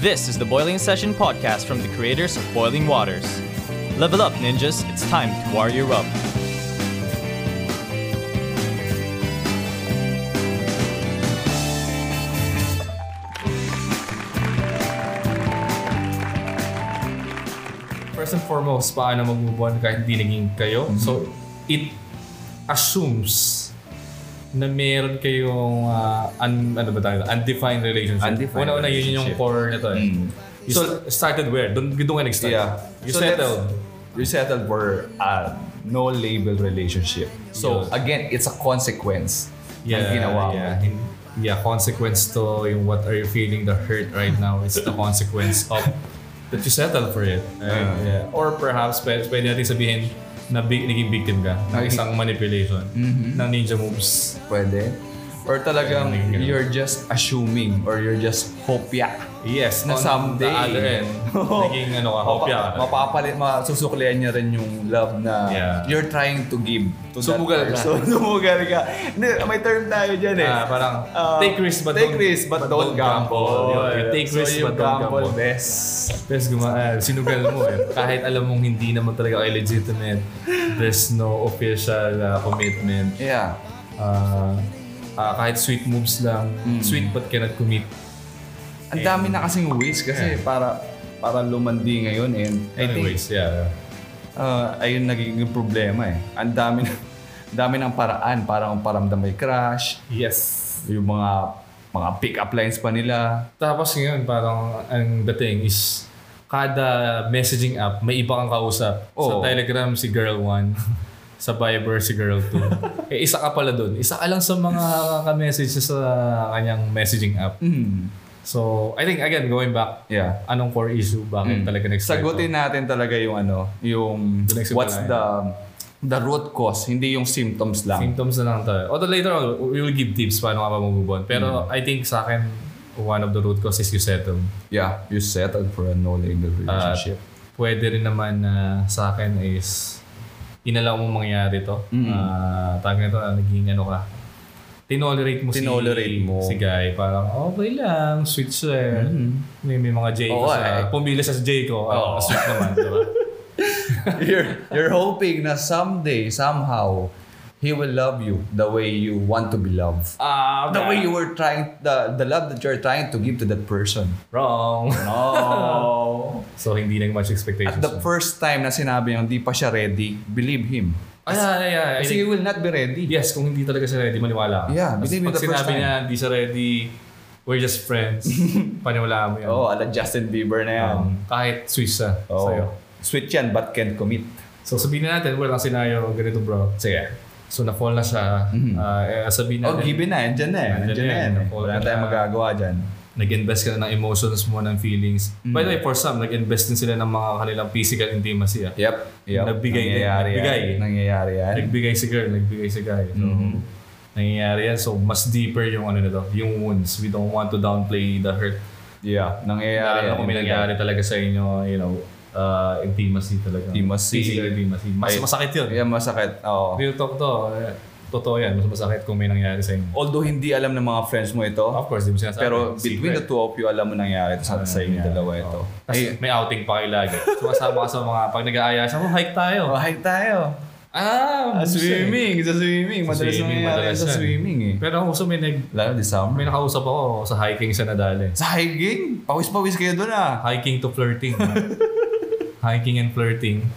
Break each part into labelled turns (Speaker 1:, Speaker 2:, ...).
Speaker 1: This is the Boiling Session podcast from the creators of Boiling Waters. Level up, ninjas. It's time to warrior up.
Speaker 2: First and foremost, paano mag-move on kahit hindi naging kayo?
Speaker 3: Mhm.
Speaker 2: So, it assumes na meron kayong ah, un, ano ba tayo? undefined relationship.
Speaker 3: Undefined
Speaker 2: Una-una, yun yung
Speaker 3: relationship.
Speaker 2: core nito eh. You
Speaker 3: So,
Speaker 2: st- started where? Doon doon ka nag-start.
Speaker 3: yeah.
Speaker 2: You
Speaker 3: So
Speaker 2: settled.
Speaker 3: let's- You settled for a no label relationship. So
Speaker 2: Yeah.
Speaker 3: again, it's a consequence. ng ginawa mo.
Speaker 2: yeah. In- yeah, consequence to yung what are you feeling the hurt right now. It's the consequence of that you settle for it. right?
Speaker 3: Ah.
Speaker 2: yeah. Or perhaps, pwede, pwede natin sabihin na big, naging victim ka ng
Speaker 3: Naging- Mm-hmm.
Speaker 2: isang manipulation ng ninja moves.
Speaker 3: Pwede. Or talagang
Speaker 2: Yeah, ganun.
Speaker 3: you're just assuming or you're just hopya.
Speaker 2: Yes, on
Speaker 3: Na someday.
Speaker 2: the other end, naging ano ka,
Speaker 3: Mapa-
Speaker 2: hopya ka.
Speaker 3: Mapapalit, masusuklian niya rin yung love na
Speaker 2: Yeah.
Speaker 3: you're trying to give to
Speaker 2: Sumugal
Speaker 3: that
Speaker 2: ka.
Speaker 3: person. Sumugal ka. Hindi, May term tayo dyan eh.
Speaker 2: Ah, parang,
Speaker 3: Ah,
Speaker 2: take risk but
Speaker 3: take
Speaker 2: don't-
Speaker 3: risk
Speaker 2: but
Speaker 3: but
Speaker 2: don't
Speaker 3: don't gamble. Oh,
Speaker 2: gamble. Yun, you take
Speaker 3: So
Speaker 2: risk
Speaker 3: you
Speaker 2: but don't gamble.
Speaker 3: best.
Speaker 2: Tapos guma- ah, sinugal mo eh. Kahit alam mong hindi naman talaga kayo legitimate, there's no official ah, commitment.
Speaker 3: Yeah.
Speaker 2: Ah, ah, kahit sweet moves lang,
Speaker 3: Hmm.
Speaker 2: sweet but cannot commit.
Speaker 3: Ang dami na kasing ways kasi
Speaker 2: Yeah.
Speaker 3: para para lumandi ngayon and I think
Speaker 2: Anyways, yeah.
Speaker 3: uh, ayun nagiging problema eh. Ang dami na ang dami ng paraan para paramdam may crush,
Speaker 2: Yes.
Speaker 3: yung mga mga pick up lines pa nila.
Speaker 2: Tapos ngayon, parang ang dating is kada messaging app, may iba kang kausap.
Speaker 3: Oo.
Speaker 2: Sa Telegram, si Girl 1. sa Viber, si Girl 2. eh, isa ka pala dun. Isa ka lang sa mga ka-message niya sa kanyang messaging app.
Speaker 3: Mm.
Speaker 2: So, I think again, going back,
Speaker 3: Yeah.
Speaker 2: anong core issue? Bakit talaga nag-start?
Speaker 3: Mm-hmm. Sagutin natin talaga yung ano, yung
Speaker 2: Doon nagsimula
Speaker 3: what's
Speaker 2: yun.
Speaker 3: the the root cause, hindi yung symptoms lang.
Speaker 2: Symptoms na lang tayo. Although later on, we will give tips paano ka pa move on. Pero
Speaker 3: Mm-hmm.
Speaker 2: I think sa akin, one of the root causes you settle.
Speaker 3: Yeah, you settled for a no-label
Speaker 2: At
Speaker 3: relationship.
Speaker 2: pwede rin naman na sa akin is inalaw mo mangyari to.
Speaker 3: Mm.
Speaker 2: Ah, tawag nito na naging ano ka. Tinolerate mo
Speaker 3: Tinolerate
Speaker 2: si,
Speaker 3: mo.
Speaker 2: si guy. Parang okay lang, sweet siya. May, may mga J ko
Speaker 3: Oo,
Speaker 2: sa,
Speaker 3: eh.
Speaker 2: pumili siya sa J ko. Ah,
Speaker 3: Oo.
Speaker 2: sweet naman, di ba?
Speaker 3: you're, you're hoping na someday, somehow, he will love you the way you want to be loved.
Speaker 2: Ah,
Speaker 3: The way you were trying, the, the love that you're trying to give to that person.
Speaker 2: Wrong.
Speaker 3: No.
Speaker 2: So, hindi nag much expectations.
Speaker 3: At the first time na sinabi niya, hindi pa siya ready, believe him.
Speaker 2: Ah, yeah, yeah, yeah. I
Speaker 3: Kasi
Speaker 2: think-
Speaker 3: he will not be ready.
Speaker 2: Yes, kung hindi talaga siya ready, maniwala ka.
Speaker 3: Yeah,
Speaker 2: Tapos
Speaker 3: believe me
Speaker 2: pag
Speaker 3: the first
Speaker 2: sinabi
Speaker 3: time.
Speaker 2: niya, hindi siya ready, we're just friends, paniwalaan mo yan.
Speaker 3: Oh, ala Justin Bieber na yan.
Speaker 2: Um, kahit Swiss siya
Speaker 3: oh.
Speaker 2: sa'yo.
Speaker 3: Sweet yan, but can't commit.
Speaker 2: So sabihin na natin, walang senaryo, ganito bro.
Speaker 3: Sige.
Speaker 2: So na-fall na siya. Ah, eh, sabihin
Speaker 3: Oh,
Speaker 2: natin,
Speaker 3: given na, andyan na. eh.
Speaker 2: Andyan
Speaker 3: Andyan
Speaker 2: na
Speaker 3: na.
Speaker 2: yan.
Speaker 3: yan eh.
Speaker 2: Wala
Speaker 3: Wala
Speaker 2: na.
Speaker 3: tayong magagawa dyan.
Speaker 2: nag-invest ka na ng emotions mo, ng feelings.
Speaker 3: Mhm.
Speaker 2: By the way, for some, nag-invest din sila ng mga kanilang physical intimacy. Ah.
Speaker 3: Yep. yep.
Speaker 2: Nagbigay din.
Speaker 3: Nangyayari
Speaker 2: Nagbigay.
Speaker 3: yan. Nangyayari yan.
Speaker 2: Nagbigay si girl, nagbigay si guy. So,
Speaker 3: Mhm.
Speaker 2: nangyayari yan. So, mas deeper yung ano nito, yung wounds. We don't want to downplay the hurt.
Speaker 3: Yeah, nangyayari.
Speaker 2: Lalo
Speaker 3: yan.
Speaker 2: kung may nangyari talaga sa inyo, you know, uh, intimacy talaga.
Speaker 3: Intimacy.
Speaker 2: Physical intimacy. Mas
Speaker 3: Ay-
Speaker 2: masakit yun.
Speaker 3: Yeah, masakit. Oo.
Speaker 2: Real talk to. eh, Totoo yan. Mas masakit kung may nangyari sa inyo.
Speaker 3: Although hindi alam ng mga friends mo ito,
Speaker 2: Of course, di mo sinasabi.
Speaker 3: pero between the two eh. of you, alam mo nangyari sa, sa inyo dalawa ito.
Speaker 2: Ay, may outing pa kayo lagi. Sumasama ka sa mga, pag nag-aaya siya, oh, hike tayo.
Speaker 3: Bahay tayo.
Speaker 2: Ah,
Speaker 3: Ah, swimming. Sa swimming.
Speaker 2: Sa
Speaker 3: Madalas
Speaker 2: swimming,
Speaker 3: nangyayari
Speaker 2: madalas
Speaker 3: sa
Speaker 2: yan.
Speaker 3: swimming eh.
Speaker 2: Pero ako gusto may, nag,
Speaker 3: Lalo this summer.
Speaker 2: may nakausap ako sa hiking sa nadali.
Speaker 3: Sa hiking, pawis-pawis kayo doon ah.
Speaker 2: Hiking to flirting. hiking and flirting.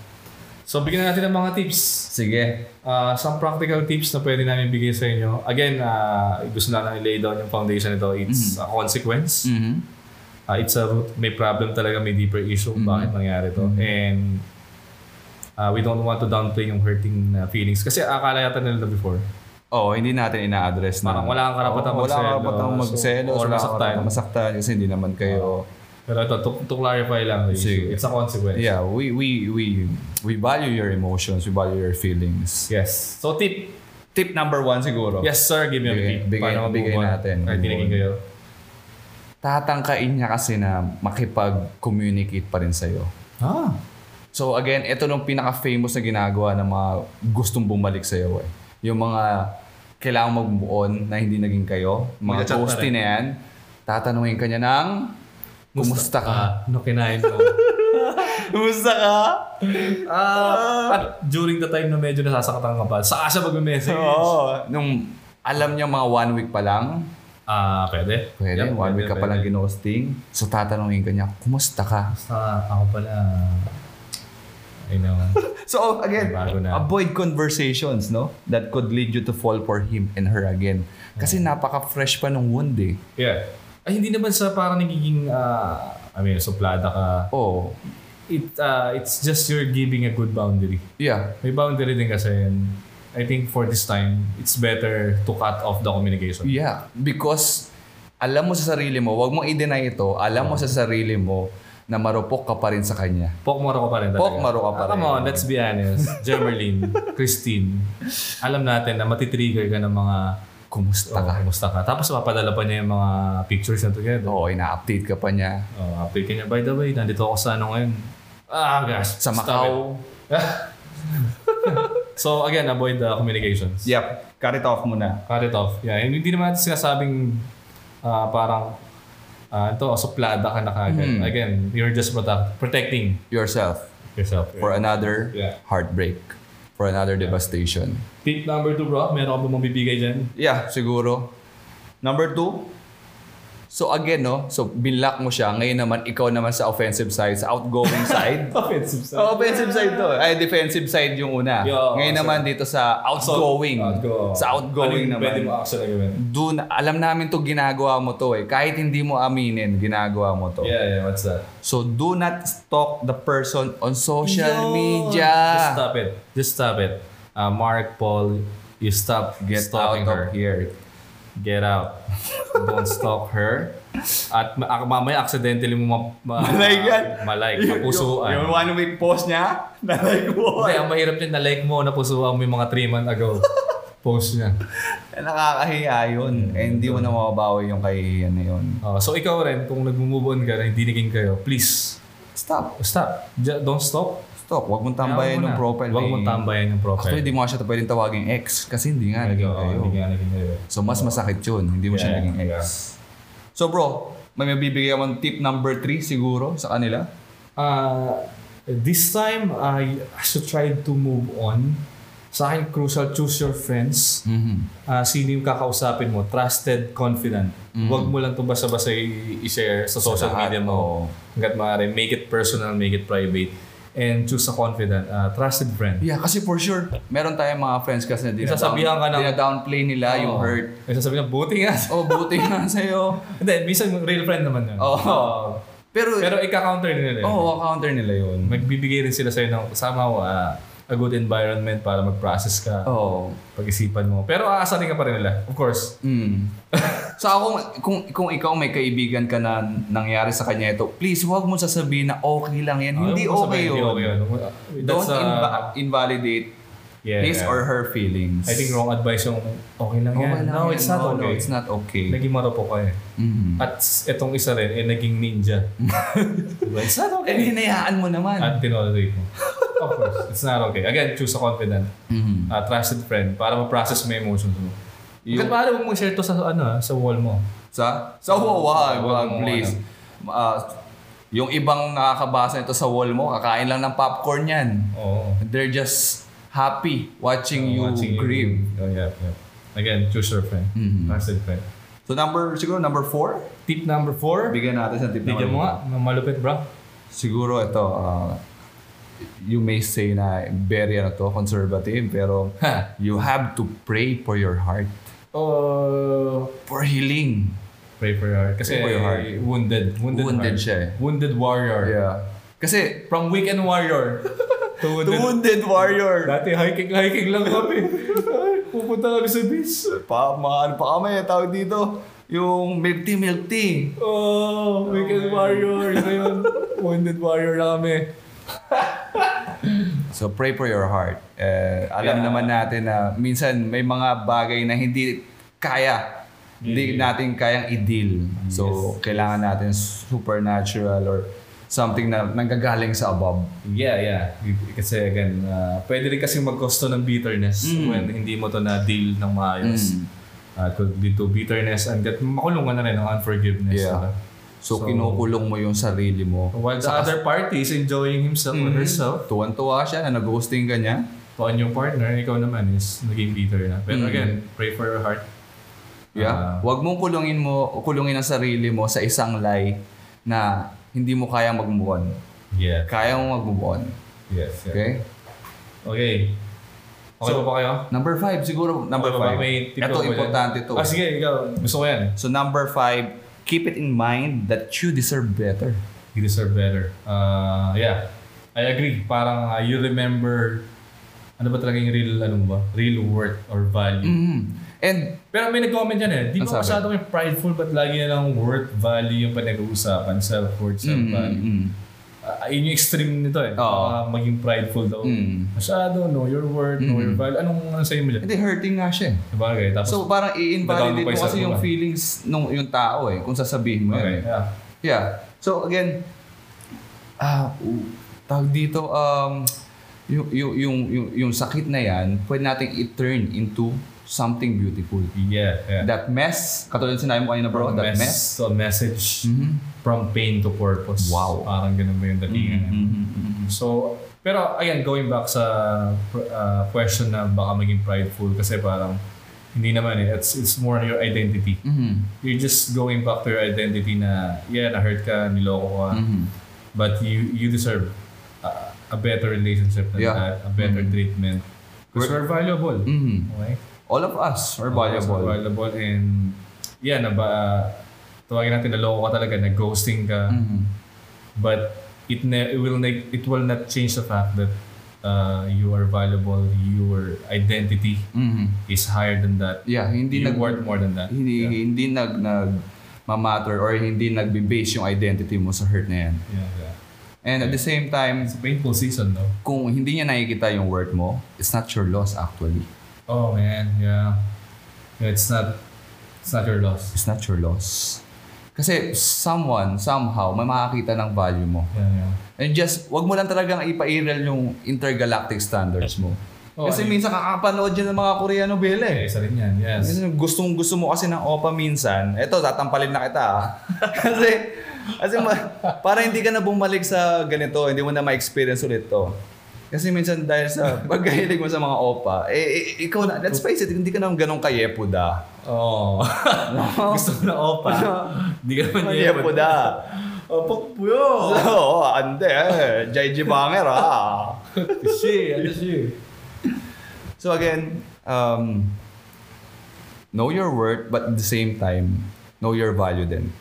Speaker 2: So, bigyan na natin ng mga tips.
Speaker 3: Sige.
Speaker 2: Ah, some practical tips na pwede namin bigay sa inyo. Again, ah, gusto lang namin lay down yung foundation nito. It's
Speaker 3: Mm-hmm.
Speaker 2: a consequence.
Speaker 3: Mhm.
Speaker 2: Ah, it's a root- may problem talaga, may deeper issue.
Speaker 3: Mm-hmm.
Speaker 2: Bakit nangyari to? And ah, we don't want to downplay yung hurting na feelings. Kasi akala yata nila before.
Speaker 3: Oo, hindi natin ina-address na.
Speaker 2: Parang wala kang karapatang
Speaker 3: Oo, Wala
Speaker 2: magselos.
Speaker 3: kang karapatang magselos.
Speaker 2: Or
Speaker 3: Wala kang
Speaker 2: masaktan.
Speaker 3: karapatang masaktan kasi hindi naman kayo.
Speaker 2: Pero ito, to, to clarify lang the issue.
Speaker 3: Sige.
Speaker 2: It's a consequence.
Speaker 3: Yeah, we we we we value your emotions, we value your feelings.
Speaker 2: Yes. So tip.
Speaker 3: Tip number one siguro.
Speaker 2: Yes sir, give me a
Speaker 3: Oh. Bigay-
Speaker 2: tip.
Speaker 3: bigay-
Speaker 2: Paano mag-move
Speaker 3: bigay
Speaker 2: on?
Speaker 3: natin.
Speaker 2: Kahit
Speaker 3: Move
Speaker 2: tinigil
Speaker 3: on.
Speaker 2: kayo.
Speaker 3: tatangkain niya kasi na makipag-communicate pa rin sa'yo.
Speaker 2: Ah.
Speaker 3: So again, ito nung pinaka-famous na ginagawa ng mga gustong bumalik sa'yo eh. Yung mga kailangan mag-move on na hindi naging kayo, mga
Speaker 2: Magchat pa
Speaker 3: ghosty
Speaker 2: rin.
Speaker 3: na yan, tatanungin ka niya ng
Speaker 2: Kumusta ka? Ano kinain mo?
Speaker 1: Kumusta ka?
Speaker 2: Ah, at during the time na medyo nasasaktan ka pa, saka siya magme-message.
Speaker 3: Oo. Nung alam niya mga one week pa lang,
Speaker 2: Ah, pwede.
Speaker 3: pwede,
Speaker 2: Yep,
Speaker 3: one week ka pa lang ginosting. So tatanungin ka niya, kumusta ka?
Speaker 2: Ah, ako pala. I know.
Speaker 3: So again,
Speaker 2: Bago na.
Speaker 3: avoid conversations, no? That could lead you to fall for him and her again. Kasi napaka-fresh pa nung wound eh.
Speaker 2: yeah. Ay, hindi naman sa parang nagiging, ah, I mean, suplada ka.
Speaker 3: Oh,
Speaker 2: It, ah, it's just you're giving a good boundary.
Speaker 3: yeah.
Speaker 2: May boundary din kasi and I think for this time, it's better to cut off the communication.
Speaker 3: Yeah. Because alam mo sa sarili mo, wag mong i-deny ito, alam mo sa sarili mo na marupok ka pa rin sa kanya.
Speaker 2: Pokmaro ka pa rin talaga.
Speaker 3: Pokmaro ka pa
Speaker 2: Ah, Come
Speaker 3: rin.
Speaker 2: on, let's be honest. Jermerlyn, Christine, alam natin na matitrigger ka ng mga
Speaker 3: Kumusta
Speaker 2: oh,
Speaker 3: ka? Oh.
Speaker 2: kumusta ka. Tapos mapadala pa niya yung mga pictures na together.
Speaker 3: Oo, ina-update ka pa niya.
Speaker 2: Oh, update ka niya. By the way, nandito ako sa ano ngayon. Ah, gosh.
Speaker 3: Sa
Speaker 2: Stop
Speaker 3: Macau.
Speaker 2: it. so again, avoid the communications.
Speaker 3: Yep. Cut it off muna.
Speaker 2: Cut it off. Yeah, and hindi naman natin sinasabing ah, parang ah, ito, suplada ka na kagad.
Speaker 3: Mhm.
Speaker 2: Again, you're just protect, protecting
Speaker 3: Yourself.
Speaker 2: yourself.
Speaker 3: For another
Speaker 2: Yeah.
Speaker 3: heartbreak. For another devastation.
Speaker 2: Tip number two, bro. Meron ka ba mong bibigay dyan?
Speaker 3: Yeah, siguro. Number two, so again, no? So, binlock mo siya. Ngayon naman, ikaw naman sa offensive side, sa outgoing side.
Speaker 2: Offensive side.
Speaker 3: Oh, offensive side to. Ay, defensive side yung una.
Speaker 2: Yeah,
Speaker 3: Ngayon
Speaker 2: so-
Speaker 3: naman dito sa outgoing. Sa outgoing
Speaker 2: ano yung
Speaker 3: naman.
Speaker 2: Pwede mo action na gawin.
Speaker 3: Doon, alam namin to ginagawa mo to eh. Kahit hindi mo aminin, ginagawa mo to.
Speaker 2: Yeah, yeah. What's that?
Speaker 3: So, do not stalk the person on
Speaker 1: Yo!
Speaker 3: social media.
Speaker 2: Just stop it. Just stop it. Ah, Mark, Paul, you stop
Speaker 3: Get
Speaker 2: stalking her.
Speaker 3: out of here.
Speaker 2: Get out. Don't stalk her. At ma- ak- mamaya accidentally mo ma- ma-
Speaker 3: Malike yan.
Speaker 2: malike,
Speaker 3: Yung, yung
Speaker 2: mapusuan.
Speaker 3: one week post niya, na-like mo.
Speaker 2: Hindi, ang mahirap din na-like mo, napusuan mo yung mga 3 months ago. Post niya.
Speaker 3: Eh, Nakakahiya yun. Eh, hindi mo na mababawi yung kahihiyan na yun.
Speaker 2: Ah, so ikaw rin, kung nag-move on ka na hindi naging kayo, please,
Speaker 3: Stop.
Speaker 2: stop. Ju- don't stalk.
Speaker 3: Stop. Huwag mong
Speaker 2: Kaya
Speaker 3: tambayan
Speaker 2: mo
Speaker 3: yung
Speaker 2: na.
Speaker 3: profile.
Speaker 2: Huwag mong tambayan yung profile.
Speaker 3: Actually, hindi mo nga siya pwedeng tawaging ex kasi hindi nga naging
Speaker 2: Oo,
Speaker 3: kayo.
Speaker 2: Hindi nga naging kayo.
Speaker 3: So, mas masakit yun. Hindi mo siya
Speaker 2: Yeah,
Speaker 3: naging ex.
Speaker 2: yeah.
Speaker 3: So, bro, may mabibigay mo ng tip number 3 siguro sa kanila?
Speaker 2: Uh, this time, I should try to move on. Sa akin, crucial, choose your friends.
Speaker 3: mm
Speaker 2: Ah, sino yung kakausapin mo? Trusted, confident. Huwag mo lang ito basta-basta i- i-share sa social
Speaker 3: Mm-hmm. lahat,
Speaker 2: media
Speaker 3: oo.
Speaker 2: mo. Hanggat maaari, make it personal, make it private. And choose a confident, ah, trusted friend.
Speaker 3: Yeah, kasi for sure, meron tayong mga friends kasi na
Speaker 2: Sasabihan ka ng-
Speaker 3: dinadownplay nila yung hurt.
Speaker 2: May Eh, sasabihin na, buti nga.
Speaker 3: Oh, buti nga sa'yo.
Speaker 2: Hindi, minsan real friend naman yun.
Speaker 3: Oo.
Speaker 2: Oo.
Speaker 3: Pero,
Speaker 2: Pero ika-counter nila. yun.
Speaker 3: oh, counter nila yun.
Speaker 2: Magbibigay rin sila sa'yo ng somehow ah, a good environment para mag-process ka.
Speaker 3: Oh.
Speaker 2: pag-isipan mo. Pero aasarin ka pa rin nila, of course.
Speaker 3: Mm. so ako, kung, kung ikaw may kaibigan ka na nangyari sa kanya ito, please huwag mo sasabihin na okay lang yan. Hindi
Speaker 2: Ayaw Ah, mo
Speaker 3: okay
Speaker 2: sabihin,
Speaker 3: yun.
Speaker 2: Hindi okay yun.
Speaker 3: Don't
Speaker 2: That's, uh,
Speaker 3: inva- invalidate
Speaker 2: yeah,
Speaker 3: his
Speaker 2: yeah.
Speaker 3: or her feelings.
Speaker 2: I think wrong advice yung okay lang
Speaker 3: Okay
Speaker 2: yan.
Speaker 3: lang
Speaker 2: no,
Speaker 3: yan.
Speaker 2: it's not
Speaker 3: no,
Speaker 2: okay.
Speaker 3: No, it's not okay.
Speaker 2: Naging marupok ka eh.
Speaker 3: Mhm.
Speaker 2: At s- itong isa rin, eh, naging ninja. diba? It's not
Speaker 3: And
Speaker 2: okay.
Speaker 3: Eh,
Speaker 2: Ah.
Speaker 3: hinayaan mo naman.
Speaker 2: At tinolerate mo. of course, it's not okay. Again, choose a confident,
Speaker 3: Mhm.
Speaker 2: uh, trusted friend para ma-process mo yung emotions mo.
Speaker 3: Yung-
Speaker 2: Yung... Ba't maaari mo share to sa, ano, ah, sa wall mo?
Speaker 3: Sa? Sa wall,
Speaker 2: Wag
Speaker 3: wag, wag,
Speaker 2: Ah, mo, ano.
Speaker 3: please. Ah, yung ibang nakakabasa nito sa wall mo, kakain lang ng popcorn yan.
Speaker 2: Oo.
Speaker 3: They're just happy watching you
Speaker 2: Ah, Watching
Speaker 3: grieve.
Speaker 2: Oh, yeah, yeah. Again, choose your friend.
Speaker 3: Mhm.
Speaker 2: Trusted friend.
Speaker 3: So number, siguro number four?
Speaker 2: Tip number four.
Speaker 3: Bigyan natin sa tip
Speaker 2: Bigyan
Speaker 3: number
Speaker 2: mo nga. ng Malupit, bro.
Speaker 3: Siguro ito, ah, you may say na very ano to, conservative, pero
Speaker 2: Ha.
Speaker 3: you have to pray for your heart.
Speaker 2: Oh.
Speaker 3: For healing.
Speaker 2: Pray for your heart. Kasi
Speaker 3: Pray for your heart.
Speaker 2: wounded. Wounded,
Speaker 3: Wounded
Speaker 2: heart.
Speaker 3: siya eh.
Speaker 2: Wounded warrior.
Speaker 3: Yeah. Kasi,
Speaker 2: From weekend warrior to
Speaker 3: the
Speaker 2: wounded.
Speaker 3: wounded warrior.
Speaker 2: Dati hiking, hiking lang kami. Ay, Pupunta kami sa beach.
Speaker 3: Pa, mga ano pa kami, tawag dito, yung milk tea, milk tea.
Speaker 2: Oh, weekend warrior. Ngayon, wounded warrior na kami.
Speaker 3: So pray for your heart. Eh, alam
Speaker 2: Yeah.
Speaker 3: naman natin na minsan may mga bagay na hindi kaya. Hindi natin kayang i-deal. So kailangan natin supernatural or something na nanggagaling sa above.
Speaker 2: Yeah, yeah. Kasi again, uh, pwede rin kasi magkosto ng bitterness
Speaker 3: Mm.
Speaker 2: when hindi mo to na-deal ng maayos.
Speaker 3: Mm.
Speaker 2: Uh, could lead to bitterness and get makulungan na rin ng unforgiveness.
Speaker 3: Yeah.
Speaker 2: diba?
Speaker 3: So,
Speaker 2: So,
Speaker 3: kinukulong mo yung sarili mo.
Speaker 2: While the
Speaker 3: Saka-
Speaker 2: other party is enjoying himself
Speaker 3: Mm.
Speaker 2: or herself,
Speaker 3: Tuwan-tuwa siya na nag-ghosting ka niya.
Speaker 2: to a new partner, ikaw naman is naging bitter na. But
Speaker 3: Mm.
Speaker 2: again, pray for your heart.
Speaker 3: Yeah.
Speaker 2: Ah.
Speaker 3: Huwag mong kulungin mo, kulungin ang sarili mo sa isang lie na hindi mo kayang mag-move on.
Speaker 2: Yeah.
Speaker 3: Kaya mo mag-move on.
Speaker 2: Yes. Okay.
Speaker 3: Okay?
Speaker 2: Okay. Okay
Speaker 3: So,
Speaker 2: pa ba kayo?
Speaker 3: Number five, siguro number
Speaker 2: Okay pa ba?
Speaker 3: five.
Speaker 2: May tip ka
Speaker 3: Ito,
Speaker 2: ba dyan?
Speaker 3: importante to.
Speaker 2: Ah, sige, ikaw. Gusto ko yan. eh.
Speaker 3: So number five, keep it in mind that you deserve better.
Speaker 2: You deserve better. Uh, yeah. I agree. Parang uh, you remember ano ba talaga yung real, ano ba? Real worth or value.
Speaker 3: Mhm. And
Speaker 2: Pero may nag-comment yan eh. Di
Speaker 3: Ang
Speaker 2: ba
Speaker 3: sabi?
Speaker 2: masyado yung prideful but lagi na lang worth, value yung pinag-uusapan. Self-worth, self-value.
Speaker 3: mm,
Speaker 2: Ah, yun yung extreme nito eh.
Speaker 3: Oo.
Speaker 2: Baka maging prideful daw.
Speaker 3: Mm.
Speaker 2: Masyado, know your worth, know your value. Anong ano sa'yo mo dyan?
Speaker 3: hindi hurting nga siya. eh.
Speaker 2: Sabagay. Tapos,
Speaker 3: So parang
Speaker 2: Nadamay
Speaker 3: i-invalidate
Speaker 2: pa
Speaker 3: mo
Speaker 2: yung
Speaker 3: kasi
Speaker 2: sarili
Speaker 3: yung
Speaker 2: mo.
Speaker 3: feelings nung yung tao eh kung sasabihin mo
Speaker 2: okay.
Speaker 3: yun.
Speaker 2: Yeah.
Speaker 3: Yeah. So again, ah, u- tawag dito, um, yung, yung, yung, yung, yung sakit na yan, pwede nating i-turn into something beautiful.
Speaker 2: Yeah. yeah.
Speaker 3: That mess, katulad sinabi mo kanina bro, that mess.
Speaker 2: to a message.
Speaker 3: Mhm.
Speaker 2: From pain to purpose.
Speaker 3: Wow.
Speaker 2: Parang ganun ba yung datingan.
Speaker 3: Mhm, mhm, mhm.
Speaker 2: So, pero again, going back sa uh, question na baka maging prideful kasi parang hindi naman eh. It's, it's more your identity.
Speaker 3: Mhm,
Speaker 2: You're just going back to your identity na, yeah, na-hurt ka, niloko ka,
Speaker 3: mhm.
Speaker 2: but you you deserve a, a better relationship than
Speaker 3: Yeah. Mm-hmm.
Speaker 2: that, a better treatment. Because we're, valuable.
Speaker 3: Mhm.
Speaker 2: Okay?
Speaker 3: All of us are
Speaker 2: We're
Speaker 3: valuable.
Speaker 2: valuable and yeah, na ba, tawagin natin na loko ka talaga, na ghosting ka,
Speaker 3: Mhm.
Speaker 2: but it ne- it will ne- it will not change the fact that uh, you are valuable, your identity
Speaker 3: Mhm.
Speaker 2: is higher than that.
Speaker 3: Yeah, hindi
Speaker 2: you
Speaker 3: nag
Speaker 2: worth more than that.
Speaker 3: hindi
Speaker 2: yeah.
Speaker 3: hindi nag nag mamatter or hindi nagbe-base yung identity mo sa hurt na yan.
Speaker 2: Yeah, yeah.
Speaker 3: And at the same time,
Speaker 2: It's a painful season though.
Speaker 3: kung hindi niya nakikita yung worth mo, it's not your loss actually.
Speaker 2: Oh man, yeah. Yeah, It's not it's not your loss.
Speaker 3: It's not your loss. Kasi someone, somehow, may makakita ng value mo.
Speaker 2: Yeah, yeah.
Speaker 3: And just, wag mo lang talagang ipairal yung intergalactic standards mo.
Speaker 2: Oh,
Speaker 3: kasi
Speaker 2: I-
Speaker 3: minsan kakapanood yun ng mga Korean novela
Speaker 2: Eh,
Speaker 3: eh.
Speaker 2: isa rin yan, yes.
Speaker 3: Minsan Gustong gusto mo kasi ng OPA minsan. Eto, tatampalin na kita ah. kasi, kasi ma- para hindi ka na bumalik sa ganito, hindi mo na ma-experience ulit to. Kasi minsan dahil sa pagkahilig mo sa mga OPA, eh, eh, ikaw na, let's face it, hindi ka na ganong kayepuda.
Speaker 2: Oo.
Speaker 3: No?
Speaker 2: Oh. Gusto ko na opa.
Speaker 3: Ano?
Speaker 2: Hindi ka naman
Speaker 3: Kayepuda.
Speaker 2: Opak puyo!
Speaker 3: Oo, ande. JJ Banger ah.
Speaker 2: Kasi, ano siya?
Speaker 3: So again, um, know your worth, but at the same time, know your value then.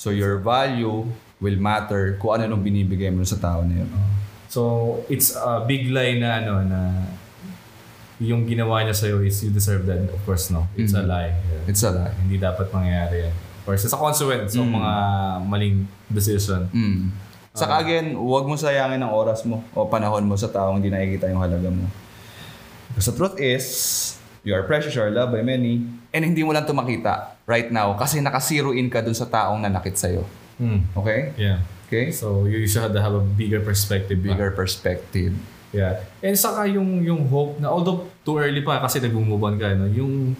Speaker 3: So your value will matter kung ano nung binibigay mo sa tao na yun.
Speaker 2: So, it's a big lie na ano, na yung ginawa niya sa'yo is you deserve that. Of course, no. It's a
Speaker 3: Mm.
Speaker 2: lie. Yeah.
Speaker 3: It's a lie.
Speaker 2: Hindi dapat mangyayari yan. Of course, it's a consequence of
Speaker 3: Mm.
Speaker 2: mga maling decision.
Speaker 3: Mm. Saka again, huwag mo sayangin ang oras mo o panahon mo sa taong hindi nakikita yung halaga mo. Because the truth is, you are precious, you are loved by many, and hindi mo lang to makita right now kasi nakasiro in ka dun sa taong nanakit sa'yo.
Speaker 2: Mm.
Speaker 3: Okay?
Speaker 2: Yeah.
Speaker 3: Okay?
Speaker 2: So, you should have a bigger perspective. ba?
Speaker 3: Bigger perspective.
Speaker 2: Yeah. And saka yung yung hope na although too early pa kasi nag-move on ka no, yung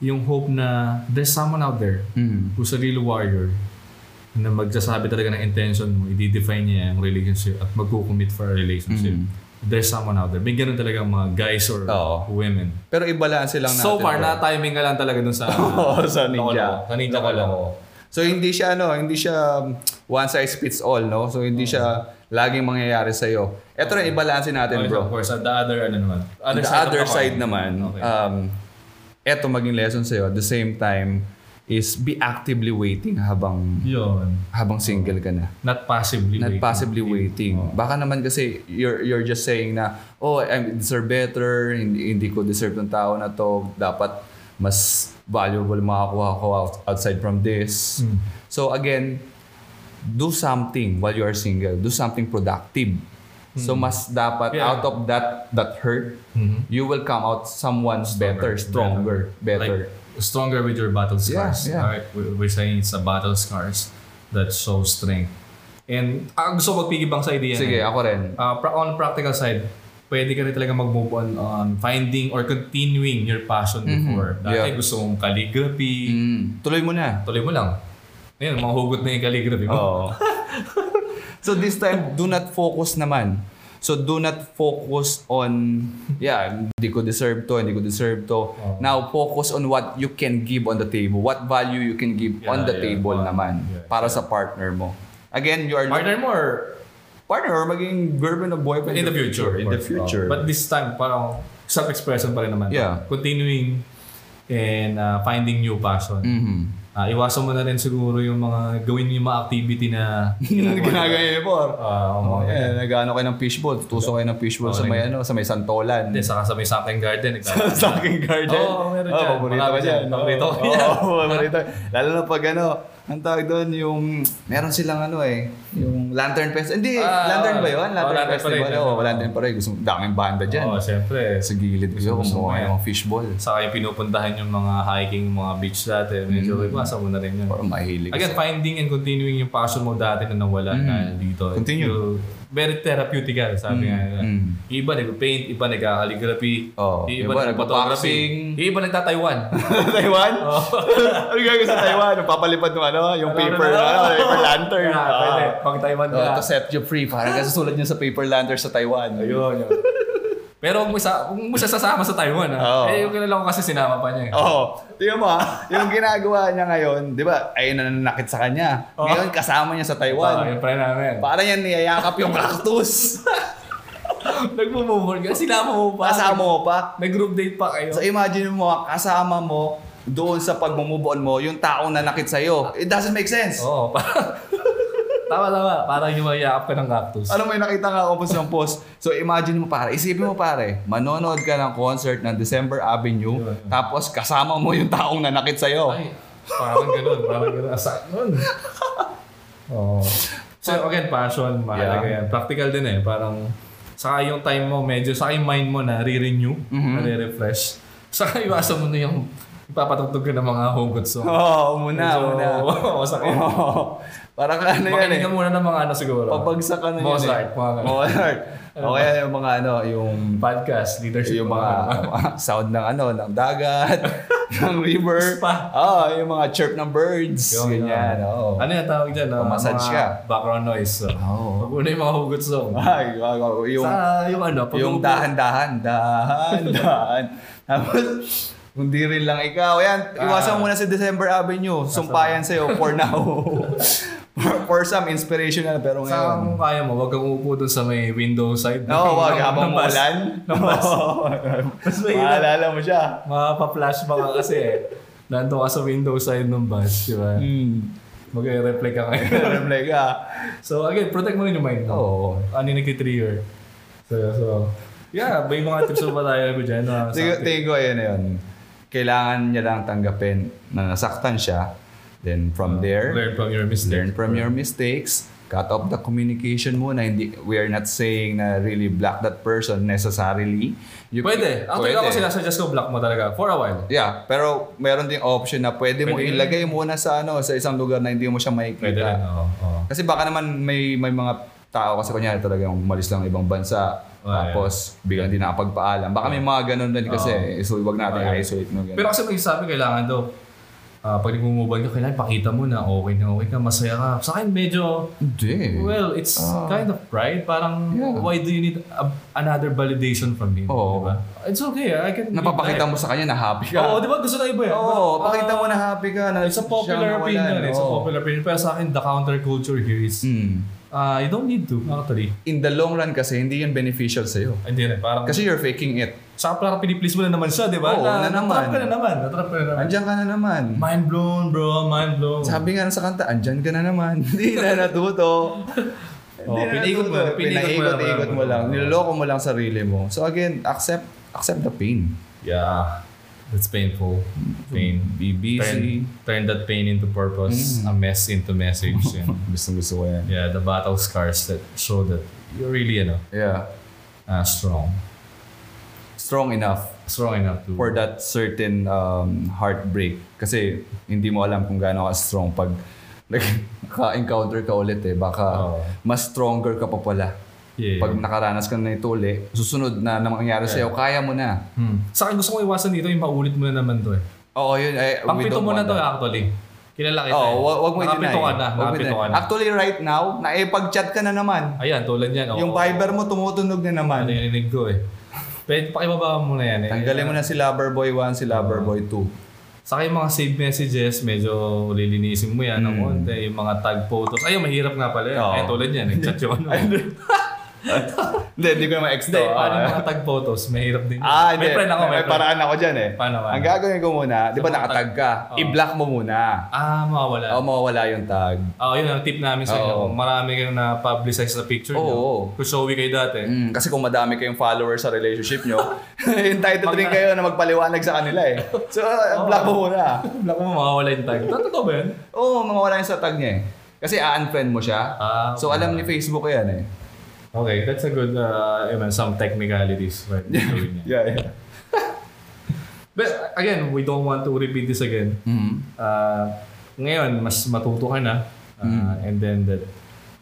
Speaker 2: yung hope na there's someone out there
Speaker 3: Mm.
Speaker 2: who's a real warrior na magsasabi talaga ng intention mo, i-define niya yung relationship at magko-commit for a relationship.
Speaker 3: Mm.
Speaker 2: There's someone out there. May ganun talaga mga guys or
Speaker 3: Oo.
Speaker 2: women.
Speaker 3: Pero i-balance lang natin.
Speaker 2: So far,
Speaker 3: bro.
Speaker 2: na-timing ka lang talaga dun sa...
Speaker 3: Oo, sa
Speaker 2: Loko
Speaker 3: ninja.
Speaker 2: lang. Sa ninja ka
Speaker 3: Loko
Speaker 2: lang.
Speaker 3: lang. So hindi siya ano, hindi siya um, one size fits all, no? So hindi siya laging mangyayari sa iyo. Ito rin i-balance
Speaker 2: Of
Speaker 3: natin, bro.
Speaker 2: course, at the other, ano naman.
Speaker 3: The
Speaker 2: of
Speaker 3: other
Speaker 2: the coin.
Speaker 3: side naman,
Speaker 2: Okay.
Speaker 3: um eto maging lesson sa iyo at the same time is be actively waiting habang
Speaker 2: Yun.
Speaker 3: habang single ka na.
Speaker 2: Not passively
Speaker 3: Not
Speaker 2: waiting.
Speaker 3: possibly waiting. Baka naman kasi you're you're just saying na, oh, I deserve better, hindi, hindi ko deserve ng tao na to, dapat mas valuable makakuha ko out- outside from this.
Speaker 2: Mm.
Speaker 3: So again, do something while you are single. Do something productive. So mas dapat
Speaker 2: Yeah.
Speaker 3: out of that that hurt,
Speaker 2: Mhm.
Speaker 3: you will come out someone's better, Hmm. stronger, better.
Speaker 2: Like, stronger with your battle
Speaker 3: Yeah,
Speaker 2: scars.
Speaker 3: yeah.
Speaker 2: Alright, we- we're saying it's a battle scars that show strength. And ah, gusto ko magpigibang sa idea.
Speaker 3: Sige, ako rin.
Speaker 2: Ah, pra- on practical side, pwede ka rin talaga mag-move on on finding or continuing your passion before. Dati
Speaker 3: Mm-hmm. Yeah.
Speaker 2: gusto mong calligraphy.
Speaker 3: Mm, tuloy mo na.
Speaker 2: Tuloy mo lang. Ngayon, mga hugot na yung calligraphy mo.
Speaker 3: Oo. so this time, do not focus naman. So do not focus on, yeah, hindi ko deserve to, hindi ko deserve to. Now focus on what you can give on the table. What value you can give
Speaker 2: Yeah,
Speaker 3: on the
Speaker 2: yeah.
Speaker 3: table naman
Speaker 2: Yeah,
Speaker 3: para sa partner mo. Again, you are
Speaker 2: Partner mo or
Speaker 3: partner or maging girlfriend or boyfriend. Oh,
Speaker 2: in the future?
Speaker 3: In the future.
Speaker 2: But this time, parang self-expression pa rin naman.
Speaker 3: uh, Yeah.
Speaker 2: Continuing and uh, finding new passion.
Speaker 3: Mhm.
Speaker 2: Ah, iwasan mo na rin siguro yung mga gawin yung mga activity na
Speaker 3: Ginagawa niya before.
Speaker 2: Ah, oo.
Speaker 3: Oh, Yeah, nag-ano kayo ng fishbowl, tutusok kayo ng fishbowl sa may ano, sa may santolan.
Speaker 2: Hindi, saka sa may something garden. eh. naglalaro.
Speaker 3: sa aking garden. Ah,
Speaker 2: Oo, meron dyan.
Speaker 3: paborito
Speaker 2: Marami
Speaker 3: ko dyan.
Speaker 2: dyan. Paborito ko
Speaker 3: Oo,
Speaker 2: yan.
Speaker 3: oo, paborito. Lalo na pag ano, ang tawag doon yung, meron silang ano eh, yung Lantern Festival. Hindi,
Speaker 2: Ah,
Speaker 3: Lantern
Speaker 2: oo.
Speaker 3: ba yun?
Speaker 2: Oo,
Speaker 3: Lantern,
Speaker 2: Lantern
Speaker 3: Festival.
Speaker 2: Parade.
Speaker 3: Oo, Lantern Parade. Gusto, daming banda dyan.
Speaker 2: Oo, siyempre.
Speaker 3: Sa gilid ko,
Speaker 2: Gusto mo
Speaker 3: kumuha
Speaker 2: yan.
Speaker 3: yung fishball.
Speaker 2: Saka yung pinupuntahan yung mga hiking, mga beach dati. Medyo
Speaker 3: Mm-hmm.
Speaker 2: iwasan mo na rin yun.
Speaker 3: Or mahilig.
Speaker 2: Again,
Speaker 3: sa-
Speaker 2: finding and continuing yung passion mo dati na nawala na dito.
Speaker 3: Mm-hmm. Continue.
Speaker 2: You- very therapeutic yan, sabi nga. nila.
Speaker 3: Mm.
Speaker 2: Yung iba nag-paint, iba nag-calligraphy, yung
Speaker 3: Oo. Oh, Iba
Speaker 2: iba nag-photography,
Speaker 3: nagpa-boxing.
Speaker 2: yung iba nagtataiwan.
Speaker 3: Taiwan? ano gagawin sa Taiwan? Yung Papalipad ng ano, yung paper,
Speaker 2: Ano, ano, ano?
Speaker 3: ano, paper lantern. Ah.
Speaker 2: Yeah, Ah, pwede. Pang Taiwan
Speaker 3: Oh,
Speaker 2: na.
Speaker 3: to set you free. Parang kasusulat nyo sa paper lantern sa Taiwan.
Speaker 2: Ayun, yun. Pero huwag mo, sa, huwag mo siya sasama sa Taiwan.
Speaker 3: Oo.
Speaker 2: Ah. Eh, yung kilala ko kasi sinama pa niya. eh.
Speaker 3: Oo. Oh, tingnan mo ah, yung ginagawa niya ngayon, di ba, ayun na nanakit sa kanya. Ngayon, kasama niya sa
Speaker 2: Ah,
Speaker 3: Taiwan.
Speaker 2: yung pre namin.
Speaker 3: Para yan niyayakap yung cactus.
Speaker 2: Nagmumumol ka. Sinama mo pa.
Speaker 3: kasama mo pa.
Speaker 2: Nag-group date pa kayo.
Speaker 3: So imagine mo, ah, kasama mo doon sa pagmumubuan mo, yung taong nanakit sa'yo. It doesn't make sense.
Speaker 2: Oo, parang... tama, tama. Parang yumayakap ka ng cactus.
Speaker 3: Alam mo, may nakita nga ako po sa post. So imagine mo pare, isipin mo pare, manonood ka ng concert ng December Avenue, tapos kasama mo yung taong nanakit sa'yo.
Speaker 2: Ay, parang ganun. Parang ganun. Asa nun. Oo. So again, passion, mahalaga
Speaker 3: Yeah.
Speaker 2: yan. Practical din eh. Parang, saka yung time mo, medyo, saka yung mind mo na re-renew,
Speaker 3: Mm-hmm.
Speaker 2: nare-refresh. Saka iwasan mo na yung ipapatugtog ka ng mga hugot song.
Speaker 3: Oo, muna, muna.
Speaker 2: Oo, masakit.
Speaker 3: Oo. Parang ano yan
Speaker 2: Makinig
Speaker 3: eh.
Speaker 2: ka muna ng mga ano siguro.
Speaker 3: Pabagsak ano yun
Speaker 2: Mozart,
Speaker 3: eh.
Speaker 2: mga ganun.
Speaker 3: Mozart. O kaya yung mga ano, yung
Speaker 2: Podcast, leadership.
Speaker 3: yung mga sound ng ano, ng dagat, ng river.
Speaker 2: Spa.
Speaker 3: Oo, yung mga chirp ng birds.
Speaker 2: Yun,
Speaker 3: ganyan,
Speaker 2: yun.
Speaker 3: oo.
Speaker 2: Ano yung tawag dyan? ah,
Speaker 3: Oh. Pamassage
Speaker 2: mga
Speaker 3: ka.
Speaker 2: Background noise. So.
Speaker 3: Oo.
Speaker 2: Pag una yung mga hugot song.
Speaker 3: Ay, oo, yung,
Speaker 2: Sa yung ano, pag
Speaker 3: yung dahan-dahan, dahan-dahan. Tapos, hindi rin lang ikaw. Yan,
Speaker 2: Ah.
Speaker 3: iwasan mo muna si December Avenue. Sumpayan sa'yo for now. for, for some inspirational, pero
Speaker 2: Sa
Speaker 3: ngayon.
Speaker 2: kung kaya mo, wag kang upo dun sa may window side.
Speaker 3: Oo, no, wag
Speaker 2: Ng-
Speaker 3: habang
Speaker 2: ng bus.
Speaker 3: ulan.
Speaker 2: Ng bus.
Speaker 3: Oo.
Speaker 2: Mas mahirap.
Speaker 3: Maalala mo siya.
Speaker 2: Mapapa-flashback ka kasi eh. Nandun ka sa window side ng bus, di ba?
Speaker 3: Hmm.
Speaker 2: Mag-reflect ka ngayon.
Speaker 3: I'm like, ah.
Speaker 2: So again, protect mo rin yung mind mo.
Speaker 3: Oo.
Speaker 2: Ano yung nagtitrigger. So, so. Yeah, may mga tips mo ba tayo ko dyan? na sa
Speaker 3: Tingin,
Speaker 2: atin?
Speaker 3: tingin ko, ayun na yun. Kailangan niya lang tanggapin na nasaktan siya. Then from there,
Speaker 2: Ah, Learn from your mistakes.
Speaker 3: learn from your mistakes. Cut off the communication muna. Hindi, we are not saying na really block that person necessarily. You-
Speaker 2: Pwede. Actually,
Speaker 3: pwede.
Speaker 2: ako sinasuggest ko block mo talaga for a while.
Speaker 3: Yeah, pero meron ding option na pwede, mo
Speaker 2: Pwede.
Speaker 3: ilagay muna sa ano sa isang lugar na hindi mo siya makikita.
Speaker 2: Pwede rin, oo. oo.
Speaker 3: Kasi baka naman may may mga tao kasi kunyari talagang umalis lang ibang bansa.
Speaker 2: Oh,
Speaker 3: tapos biglang di nakapagpaalam. Baka may mga ganun din kasi. eh. So wag natin
Speaker 2: Oh, yeah.
Speaker 3: isolate no ganun.
Speaker 2: Pero kasi may sabi kailangan daw, ah, pag nagmumuban ka, kailangan pakita mo na okay na okay ka, masaya ka. Sa akin medyo,
Speaker 3: Hindi.
Speaker 2: well, it's
Speaker 3: Ah.
Speaker 2: kind of pride. Parang,
Speaker 3: Yeah.
Speaker 2: why do you need a- another validation from me?
Speaker 3: Oo.
Speaker 2: Diba? It's okay, I can...
Speaker 3: Napapakita mo sa kanya na happy ka.
Speaker 2: Oo, di ba? Gusto na iba yan. Parang,
Speaker 3: Oo, pakita
Speaker 2: ah,
Speaker 3: mo na happy ka. Na
Speaker 2: It's a
Speaker 3: siya
Speaker 2: popular
Speaker 3: nawalan,
Speaker 2: opinion. eh. It's a
Speaker 3: oo.
Speaker 2: popular opinion. Pero sa akin, the counterculture here is,
Speaker 3: Mm.
Speaker 2: ah, you don't need to, actually.
Speaker 3: In the long run kasi, hindi yun beneficial sa'yo.
Speaker 2: Hindi rin, parang...
Speaker 3: Kasi you're faking it.
Speaker 2: Saka parang piniplease mo na naman siya, di ba?
Speaker 3: Oo, na
Speaker 2: Natrap
Speaker 3: naman.
Speaker 2: ka na naman. Natrap ka na naman.
Speaker 3: Andiyan ka na naman.
Speaker 2: Mind blown, bro. Mind blown.
Speaker 3: Oh. Sabi nga sa kanta, andyan ka na naman. Hindi na natuto.
Speaker 2: Oh,
Speaker 3: Hindi na
Speaker 2: pinaikot mo, Oh.
Speaker 3: natuto.
Speaker 2: pinaikot mo lang,
Speaker 3: Pinaikot-ikot mo lang. Niloloko mo lang sarili mo. So again, accept accept the pain.
Speaker 2: Yeah. That's painful. Pain.
Speaker 3: Be busy.
Speaker 2: Turn, turn that pain into purpose,
Speaker 3: Mm.
Speaker 2: a mess into message. and
Speaker 3: Gusto gusto ko yan.
Speaker 2: yeah, the battle scars that show that you're really, you know,
Speaker 3: Yeah.
Speaker 2: uh, strong.
Speaker 3: Strong enough
Speaker 2: Strong enough to...
Speaker 3: for that certain um, heartbreak. Kasi hindi mo alam kung gaano ka strong pag naka-encounter ka ulit eh. Baka
Speaker 2: Oo.
Speaker 3: mas stronger ka pa pala.
Speaker 2: Oh. Yeah.
Speaker 3: Pag nakaranas ka na ito ulit, susunod na na mangyari sa'yo, kaya mo na.
Speaker 2: Hmm. Sa akin gusto kong iwasan dito yung maulit mo na naman to eh.
Speaker 3: Oo, yun. I, we
Speaker 2: Pangpito
Speaker 3: don't
Speaker 2: mo na
Speaker 3: want
Speaker 2: to
Speaker 3: that.
Speaker 2: actually. Kilala kita.
Speaker 3: Oh, wag, wag mo i-deny.
Speaker 2: Nakapito ka na.
Speaker 3: Wag mo
Speaker 2: Nakapito
Speaker 3: i-deny.
Speaker 2: ka na.
Speaker 3: Actually, right now, naipag-chat ka na naman.
Speaker 2: Ayan, tulad yan. oo.
Speaker 3: Yung Viber mo tumutunog na naman.
Speaker 2: Narinig ko eh. Pwede pakibaba mo na yan eh.
Speaker 3: Tanggalin mo na si Loverboy 1, si Loverboy 2.
Speaker 2: Saka yung mga saved messages, medyo lilinisin mo yan ng konti. Yung mga tag photos. Ayun, mahirap nga pala yan.
Speaker 3: Hmm. Oo.
Speaker 2: Ayun, tulad yan. Nag-chat yung ano.
Speaker 3: Hindi, hindi ko na ma-ex
Speaker 2: Hindi,
Speaker 3: to.
Speaker 2: paano
Speaker 3: Ah,
Speaker 2: yung mga tag photos? Mahirap din. yun.
Speaker 3: Ah,
Speaker 2: may
Speaker 3: hindi.
Speaker 2: friend ako, may, friend.
Speaker 3: paraan ako dyan eh.
Speaker 2: Paano, paano?
Speaker 3: Ang gagawin ko muna, di ba nakatag ka?
Speaker 2: Oo.
Speaker 3: I-block mo muna.
Speaker 2: Ah, mawawala.
Speaker 3: O mawawala yung tag.
Speaker 2: Ah, yun ang tip namin sa inyo.
Speaker 3: Oo.
Speaker 2: Kung marami kang na-publicize na picture
Speaker 3: Oo.
Speaker 2: nyo. Kung showy kayo dati.
Speaker 3: Mm, kasi kung madami kayong followers sa relationship nyo, entitled rin kayo na magpaliwanag sa kanila eh. So, block mo muna.
Speaker 2: Black mo mawawala yung tag. Totoo ba yan?
Speaker 3: Oo, mawawala yun sa tag niya eh. Kasi a-unfriend mo siya.
Speaker 2: Ah,
Speaker 3: So, alam ni Facebook yan eh.
Speaker 2: Okay, that's a good, uh, I mean, some technicalities. Right? yeah.
Speaker 3: Yeah, yeah.
Speaker 2: But again, we don't want to repeat this again.
Speaker 3: Mm.
Speaker 2: Uh, ngayon, mas matuto ka na. Uh, And then that,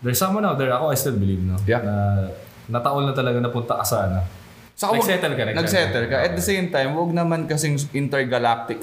Speaker 2: there's someone out there, ako I still believe, no?
Speaker 3: Mm-hmm. Yeah.
Speaker 2: Na, nataol na talaga napunta ka sa ano.
Speaker 3: Saka wag-
Speaker 2: Nagsettle ka, nagsettle.
Speaker 3: nagsettle ka. At the same time, wag naman kasing intergalactic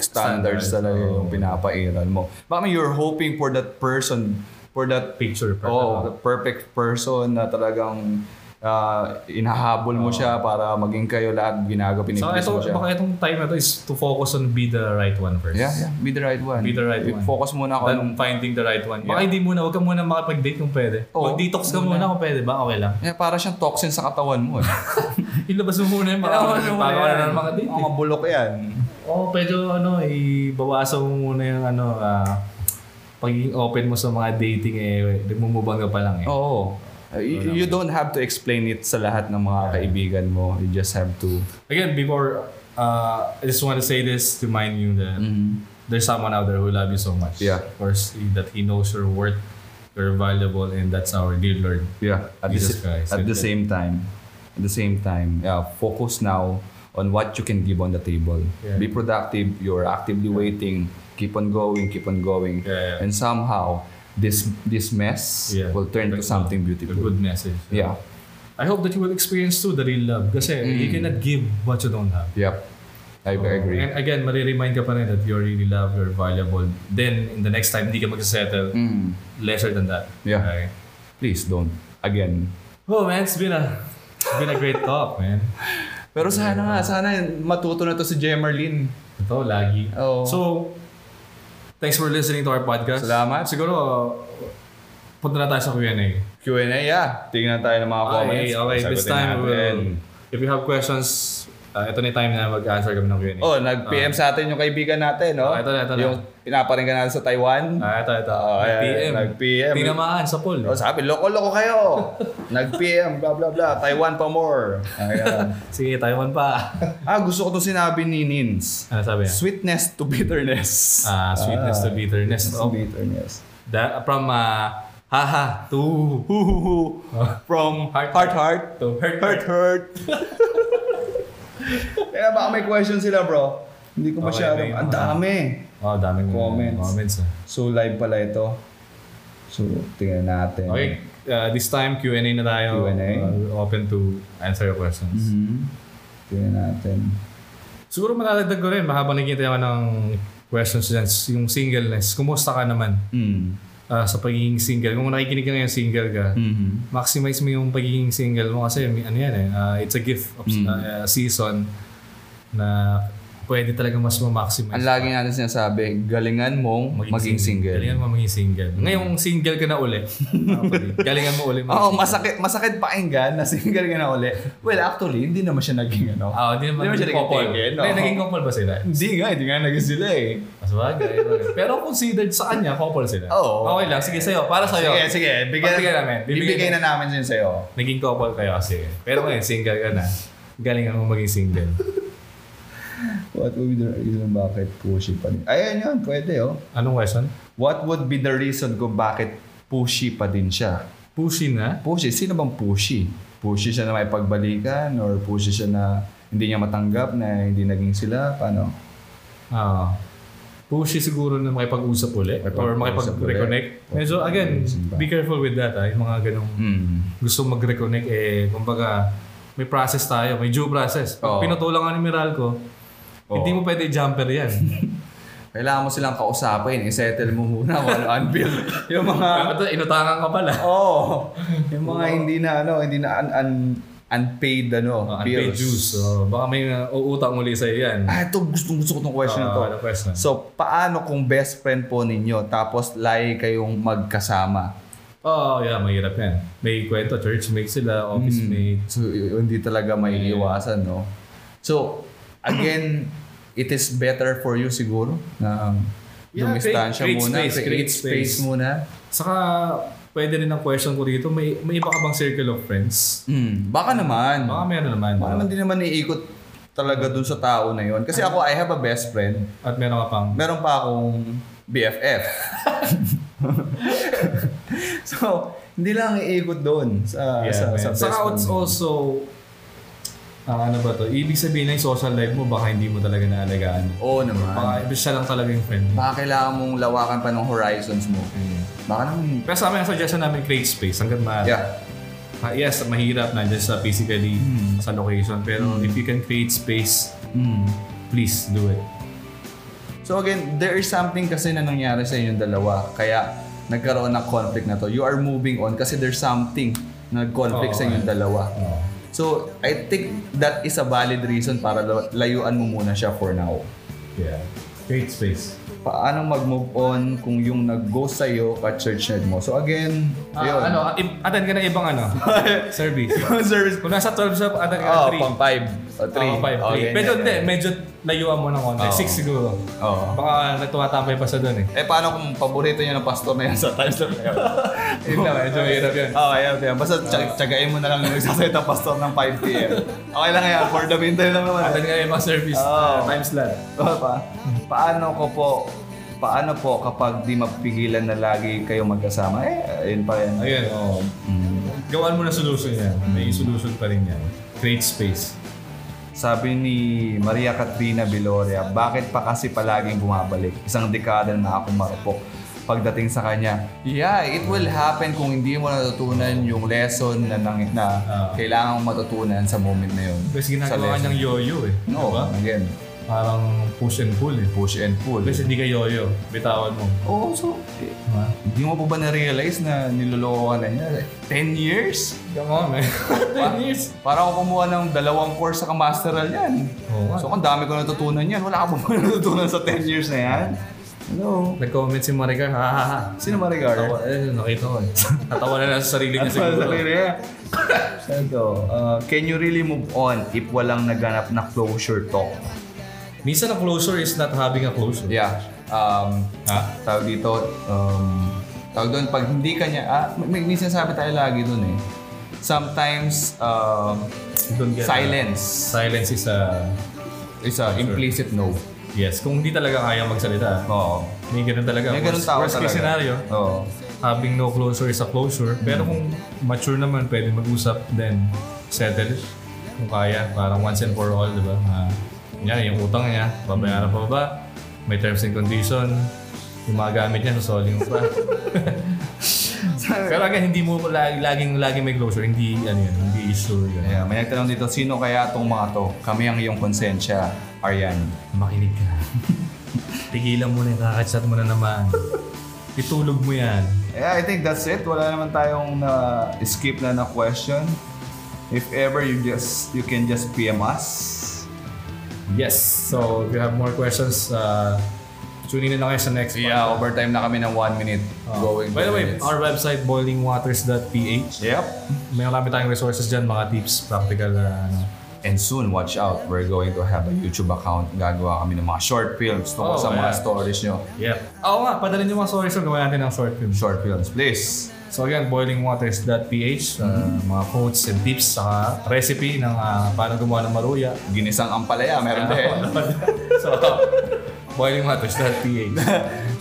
Speaker 2: Standards,
Speaker 3: standards talaga
Speaker 2: oo.
Speaker 3: yung pinapairal mo. Baka may you're hoping for that person, for that
Speaker 2: Picture.
Speaker 3: oh, the perfect person na talagang ah, inahabol mo siya para maging kayo lahat ginagawa
Speaker 2: So,
Speaker 3: pinipis
Speaker 2: ito,
Speaker 3: mo siya.
Speaker 2: baka itong time na to is to focus on be the right one first.
Speaker 3: Yeah, yeah. Be the right one.
Speaker 2: Be the right one.
Speaker 3: Focus muna ako nung...
Speaker 2: Than finding the right one. Baka hindi muna, huwag ka muna makapag-date kung pwede.
Speaker 3: Oo.
Speaker 2: Mag-detox ka muna. kung pwede ba, okay lang.
Speaker 3: Yeah, para siyang toxin sa katawan mo eh.
Speaker 2: Ilabas mo muna yung mga
Speaker 3: ano
Speaker 2: bago ka na ng mga date.
Speaker 3: Ang mga bulok yan.
Speaker 2: Oo, oh, medyo ano, ibawasan mo muna yung ano, ah, pagiging open mo sa mga dating eh, nagmumubanga pa lang eh.
Speaker 3: Oo. Uh, y- You don't have to explain it sa lahat ng mga kaibigan mo. You just have to...
Speaker 2: Again, before, uh, I just want to say this to remind you that there's someone out there who love you so much.
Speaker 3: Yeah.
Speaker 2: Of course, he- that he knows your worth, you're valuable, and that's our dear Lord.
Speaker 3: Yeah, at
Speaker 2: Jesus
Speaker 3: the,
Speaker 2: Christ.
Speaker 3: At the same time, at the same time, yeah, focus now on what you can give on the table.
Speaker 2: Yeah.
Speaker 3: Be productive. You're actively waiting. Keep on going. Keep on going.
Speaker 2: Yeah, yeah.
Speaker 3: And somehow, this this mess
Speaker 2: Yeah.
Speaker 3: will turn to
Speaker 2: That's
Speaker 3: something
Speaker 2: A
Speaker 3: beautiful.
Speaker 2: good message.
Speaker 3: Yeah. Mm-hmm.
Speaker 2: I hope that you will experience too the real love kasi you cannot give what you don't have.
Speaker 3: Yep. I, I agree.
Speaker 2: And again, mariremind ka pa rin that you really love, you're valuable. Then, in the next time, hindi ka magsasettle.
Speaker 3: Mm.
Speaker 2: Lesser than that.
Speaker 3: Yeah.
Speaker 2: Okay?
Speaker 3: Please don't. Again.
Speaker 2: Oh man, it's been a it's been a great talk, man.
Speaker 3: Pero sana nga, sana matuto na to si Jemerlin.
Speaker 2: Ito, lagi.
Speaker 3: Oo.
Speaker 2: So, thanks for listening to our podcast.
Speaker 3: Salamat.
Speaker 2: Siguro, punta na tayo sa Q&A.
Speaker 3: Q&A, yeah. ah. Tingnan tayo ng mga comments.
Speaker 2: Okay, okay. This
Speaker 3: Sagutin
Speaker 2: time,
Speaker 3: natin.
Speaker 2: we'll, if you have questions, uh, ito na yung time na mag-answer kami ng Q&A.
Speaker 3: Oh, nag-PM sa atin yung kaibigan natin, no?
Speaker 2: Ah, ito na, ito na.
Speaker 3: Yung pinaparinggan natin sa Taiwan.
Speaker 2: Ah, ito, ito.
Speaker 3: Oo, ayan,
Speaker 2: Nag-PM.
Speaker 3: nag-PM.
Speaker 2: Tinamaan sa poll.
Speaker 3: Oh, sabi, loko-loko kayo. Nag-PM, blah, blah, blah. Taiwan pa more. Ayan.
Speaker 2: Sige, Taiwan pa.
Speaker 3: ah, gusto ko itong sinabi ni Nins.
Speaker 2: ano sabi niya?
Speaker 3: Sweetness to bitterness.
Speaker 2: Ah, sweetness to bitterness.
Speaker 3: Sweetness to
Speaker 2: Oh,
Speaker 3: bitterness.
Speaker 2: that, from uh, haha to
Speaker 3: Huhuhu. From
Speaker 2: Heart-
Speaker 3: heart, heart, heart.
Speaker 2: to hurt.
Speaker 3: Hurt, hurt. Kaya baka may question sila, bro. Hindi ko
Speaker 2: Okay,
Speaker 3: masyadong.
Speaker 2: may-
Speaker 3: Ang dami.
Speaker 2: Oh, daming
Speaker 3: Comments.
Speaker 2: comments ah.
Speaker 3: So, live pala ito. So, tingnan natin.
Speaker 2: Okay, uh, this time Q&A na tayo.
Speaker 3: Q&A.
Speaker 2: Uh, open to answer your questions.
Speaker 3: Mhm. Tingnan natin.
Speaker 2: Siguro matatagdag ko rin, habang nakikita naman ng questions dyan, yung singleness. Kumusta ka naman
Speaker 3: Mm.
Speaker 2: ah, sa pagiging single? Kung nakikinig ka ngayon, single ka,
Speaker 3: Hmm.
Speaker 2: maximize mo yung pagiging single mo kasi may- ano yan eh, ah, it's a gift of
Speaker 3: Mm.
Speaker 2: ah, season na pwede talaga mas ma-maximize.
Speaker 3: Ang lagi natin sinasabi, galingan mong maging, single. Ah,
Speaker 2: Galingan mo maging single. Ngayong single ka na uli. galingan mo uli.
Speaker 3: Oo, masakit, masakit pakinggan na single ka na uli. Well, actually, hindi naman siya naging ano.
Speaker 2: Ah, hindi naman
Speaker 3: Hindi naman siya
Speaker 2: naging couple.
Speaker 3: naging taken, no?
Speaker 2: Hindi, naging couple ba sila?
Speaker 3: Hindi nga, hindi nga naging sila eh.
Speaker 2: Mas bagay. bagay. Pero considered sa kanya, couple sila.
Speaker 3: Oo.
Speaker 2: Okay lang, sige sa'yo. Para sa'yo.
Speaker 3: Sige, sige. Bigyan,
Speaker 2: Pagbigyan namin. Bibigyan
Speaker 3: Bibigay na namin yun sa'yo.
Speaker 2: Naging couple kayo kasi. Pero ngayon, single ka na. Galing ako maging single.
Speaker 3: What would be the reason bakit pushy pa din? Ayan yun, pwede oh.
Speaker 2: Anong question?
Speaker 3: What would be the reason kung bakit pushy pa din siya?
Speaker 2: Pushy na?
Speaker 3: Pushy, sino bang pushy? Pushy siya na may pagbalikan or pushy siya na hindi niya matanggap na hindi naging sila? Paano?
Speaker 2: Oo. pushy siguro na makipag-usap uli. or
Speaker 3: Makipag-usap
Speaker 2: makipag-reconnect. Medyo, again, be careful with that. Ah. Yung mga ganong
Speaker 3: Hmm.
Speaker 2: gusto mag-reconnect, eh, kumbaga, may process tayo. May due process. Pag
Speaker 3: Oo.
Speaker 2: pinutulang ka ni Meralco, hindi mo pwede jumper yan.
Speaker 3: kailangan mo silang kausapin, isettle mo muna kung ano unbilled. yung mga,
Speaker 2: Ito, inutangan ka pala.
Speaker 3: oh, yung mga hindi na, ano, hindi na un- un- unpaid, ano,
Speaker 2: Oh, unpaid
Speaker 3: bills.
Speaker 2: dues. Oh, baka may uh, uutang uli sa'yo yan.
Speaker 3: Ah, ito, gustong gusto ko itong question na
Speaker 2: Ah,
Speaker 3: to.
Speaker 2: ano question?
Speaker 3: So, paano kung best friend po ninyo tapos lay kayong magkasama?
Speaker 2: Oh, yeah, mahirap yan. May kwento, church mate sila, office
Speaker 3: Hmm.
Speaker 2: mate.
Speaker 3: So, y- hindi talaga may iwasan, no? So, again, it is better for you siguro na um,
Speaker 2: Yeah,
Speaker 3: dumistansya
Speaker 2: create- create
Speaker 3: muna,
Speaker 2: space, create space.
Speaker 3: muna.
Speaker 2: Saka, pwede rin ang question ko dito, may, may iba ka bang circle of friends?
Speaker 3: Mm, baka naman.
Speaker 2: Hmm. Baka meron naman. Ah.
Speaker 3: Baka naman din naman iikot talaga dun sa tao na yon. Kasi ako, I have a best friend.
Speaker 2: At meron ka pang...
Speaker 3: Meron pa akong BFF. so, hindi lang iikot doon sa,
Speaker 2: Yeah,
Speaker 3: sa,
Speaker 2: man.
Speaker 3: sa best
Speaker 2: Saka
Speaker 3: friend
Speaker 2: it's
Speaker 3: mo.
Speaker 2: also... ah, ano ba to? Ibig sabihin na yung social life mo, baka hindi mo talaga naalagaan.
Speaker 3: Oo naman.
Speaker 2: Baka iba siya lang talaga yung friend mo.
Speaker 3: Baka kailangan mong lawakan pa ng horizons mo.
Speaker 2: Mm.
Speaker 3: Baka naman,
Speaker 2: Pero sa amin, ang suggestion namin, create space hanggang maaari.
Speaker 3: yeah.
Speaker 2: Ah, yes, mahirap na just sa physically sa location. Pero if you can create space, please do it.
Speaker 3: So again, there is something kasi na nangyari sa inyong dalawa. Kaya nagkaroon ng conflict na to. You are moving on kasi there's something na
Speaker 2: Oo,
Speaker 3: conflict sa inyong dalawa.
Speaker 2: Oo.
Speaker 3: So, I think that is a valid reason para la- layuan mo muna siya for now.
Speaker 2: Yeah. Create space.
Speaker 3: Paano mag-move on kung yung nag-go sa'yo ka-church net mo? So again,
Speaker 2: Ah,
Speaker 3: yun.
Speaker 2: ano, i- attend ka ng ibang ano, service.
Speaker 3: Yung service.
Speaker 2: Kung nasa 12 shop, attend ka
Speaker 3: Oh,
Speaker 2: ng 3.
Speaker 3: pang 5. O 3.
Speaker 2: Oh, five, three. Medyo, hindi, medyo layuan mo ng konti.
Speaker 3: Oo.
Speaker 2: 6 siguro.
Speaker 3: Oo.
Speaker 2: Baka nagtumatampay pa sa doon eh.
Speaker 3: Eh, paano kung paborito niya ng pastor na yan sa times na yun?
Speaker 2: Yun lang, medyo mahirap yun.
Speaker 3: Oo, oh, ayan, ayan. Basta tiyag- tiyagain mo na lang yung nagsasalita ng pastor ng 5 p.m. Okay lang yan, for the meantime lang naman.
Speaker 2: Attend ka ng ibang service,
Speaker 3: Oo.
Speaker 2: ah, time slot.
Speaker 3: Oo, pa, paano ko po, paano po kapag di mapigilan na lagi kayong magkasama? Eh, ayun pa yan.
Speaker 2: Ayun, oo. Gawan mo na solution yan. May solution pa rin yan. Create space.
Speaker 3: Sabi ni Maria Katrina Viloria, bakit pa kasi palaging bumabalik? Isang dekada na akong marupok. Pagdating sa kanya, yeah, it will happen kung hindi mo natutunan yung lesson na, nang, na kailangan mong matutunan sa moment na yun.
Speaker 2: Ah. Kasi
Speaker 3: Sa
Speaker 2: ginagawa
Speaker 3: lesson.
Speaker 2: niyang yoyo eh.
Speaker 3: No,
Speaker 2: Diba?
Speaker 3: again,
Speaker 2: Parang push and pull eh.
Speaker 3: push and pull.
Speaker 2: Kasi hindi ka yoyo. Bitawan mo.
Speaker 3: Oo, so, eh,
Speaker 2: Diba?
Speaker 3: hindi mo pa ba na-realize na niloloko ka na niya? 10 years?
Speaker 2: Come on, man. 10 years.
Speaker 3: Para ako kumuha ng dalawang course sa kamasteral yan.
Speaker 2: Oo nga.
Speaker 3: So, ang dami ko natutunan yan. Wala ka pa ba natutunan sa 10 years na yan? Hello?
Speaker 2: Nag-comment si Maricar, ha ha ha.
Speaker 3: Sino ba regard?
Speaker 2: Tawa, eh, nakita ko eh. Natawa na lang sa sarili niya siguro.
Speaker 3: Ito, uh, can you really move on if walang naganap na closure talk?
Speaker 2: Minsan ang closure is not having a closure. Ah,
Speaker 3: Yeah. Um,
Speaker 2: Ha?
Speaker 3: tawag dito, um, tawag doon, pag hindi ka niya, ah, may, may sinasabi tayo lagi doon eh. Sometimes, um,
Speaker 2: Don't get-
Speaker 3: silence
Speaker 2: Silence is a...
Speaker 3: is a implicit no.
Speaker 2: Yes, kung hindi talaga kaya magsalita.
Speaker 3: Oo.
Speaker 2: May ganun talaga.
Speaker 3: May ganun
Speaker 2: Worst-
Speaker 3: tao
Speaker 2: worst
Speaker 3: talaga.
Speaker 2: case scenario,
Speaker 3: Oo.
Speaker 2: having no closure is a closure.
Speaker 3: Hmm.
Speaker 2: Pero kung mature naman, pwede mag-usap, then settle. Kung kaya, parang once and for all, di ba? Uh, yan, yung utang niya, babayaran pa ba? May terms and condition. Yung mga gamit niya, sasolin mo pa. Pero again, hindi mo lagi, laging, laging may closure. Hindi, ano yan, hindi issue. Yan.
Speaker 3: Yeah, may nagtanong dito, sino kaya tong mga to? Kami ang iyong konsensya, Aryan.
Speaker 2: Makinig ka. Tigilan mo na, kakachat mo na naman. Itulog mo yan.
Speaker 3: Yeah, I think that's it. Wala naman tayong na-skip na na question. If ever you just you can just PM us.
Speaker 2: Yes. So, if you have more questions, uh, tune in na lang kayo sa next Uh,
Speaker 3: Yeah, overtime na kami ng one minute going.
Speaker 2: By the
Speaker 3: to
Speaker 2: way,
Speaker 3: minutes.
Speaker 2: our website boilingwaters.ph.
Speaker 3: yep.
Speaker 2: May marami tayong resources dyan, mga tips, practical na ano.
Speaker 3: And soon, watch out. We're going to have a YouTube account. Gagawa kami ng mga short films tungkol
Speaker 2: Oh,
Speaker 3: sa mga
Speaker 2: yeah.
Speaker 3: stories nyo.
Speaker 2: Yep. Oo nga, padalin yung mga stories so gawin natin ng short film.
Speaker 3: Short films, please.
Speaker 2: So again, boilingwaters.ph, uh,
Speaker 3: Mm-hmm.
Speaker 2: mga quotes and tips, saka recipe ng uh, paano gumawa ng maruya.
Speaker 3: Ginisang ampalaya, meron din.
Speaker 2: so, boilingwaters.ph.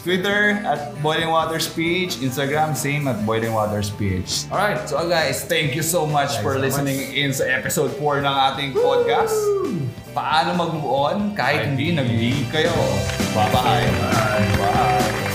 Speaker 3: Twitter at Boiling Waters PH, Instagram same at Boiling Waters PH.
Speaker 2: Alright,
Speaker 3: So guys, thank you so much for
Speaker 2: so
Speaker 3: listening in sa episode 4 ng ating podcast. Paano mag-move on kahit
Speaker 2: Kahit
Speaker 3: hindi
Speaker 2: hindi.
Speaker 3: nag-leave kayo. Bye-bye. Bye.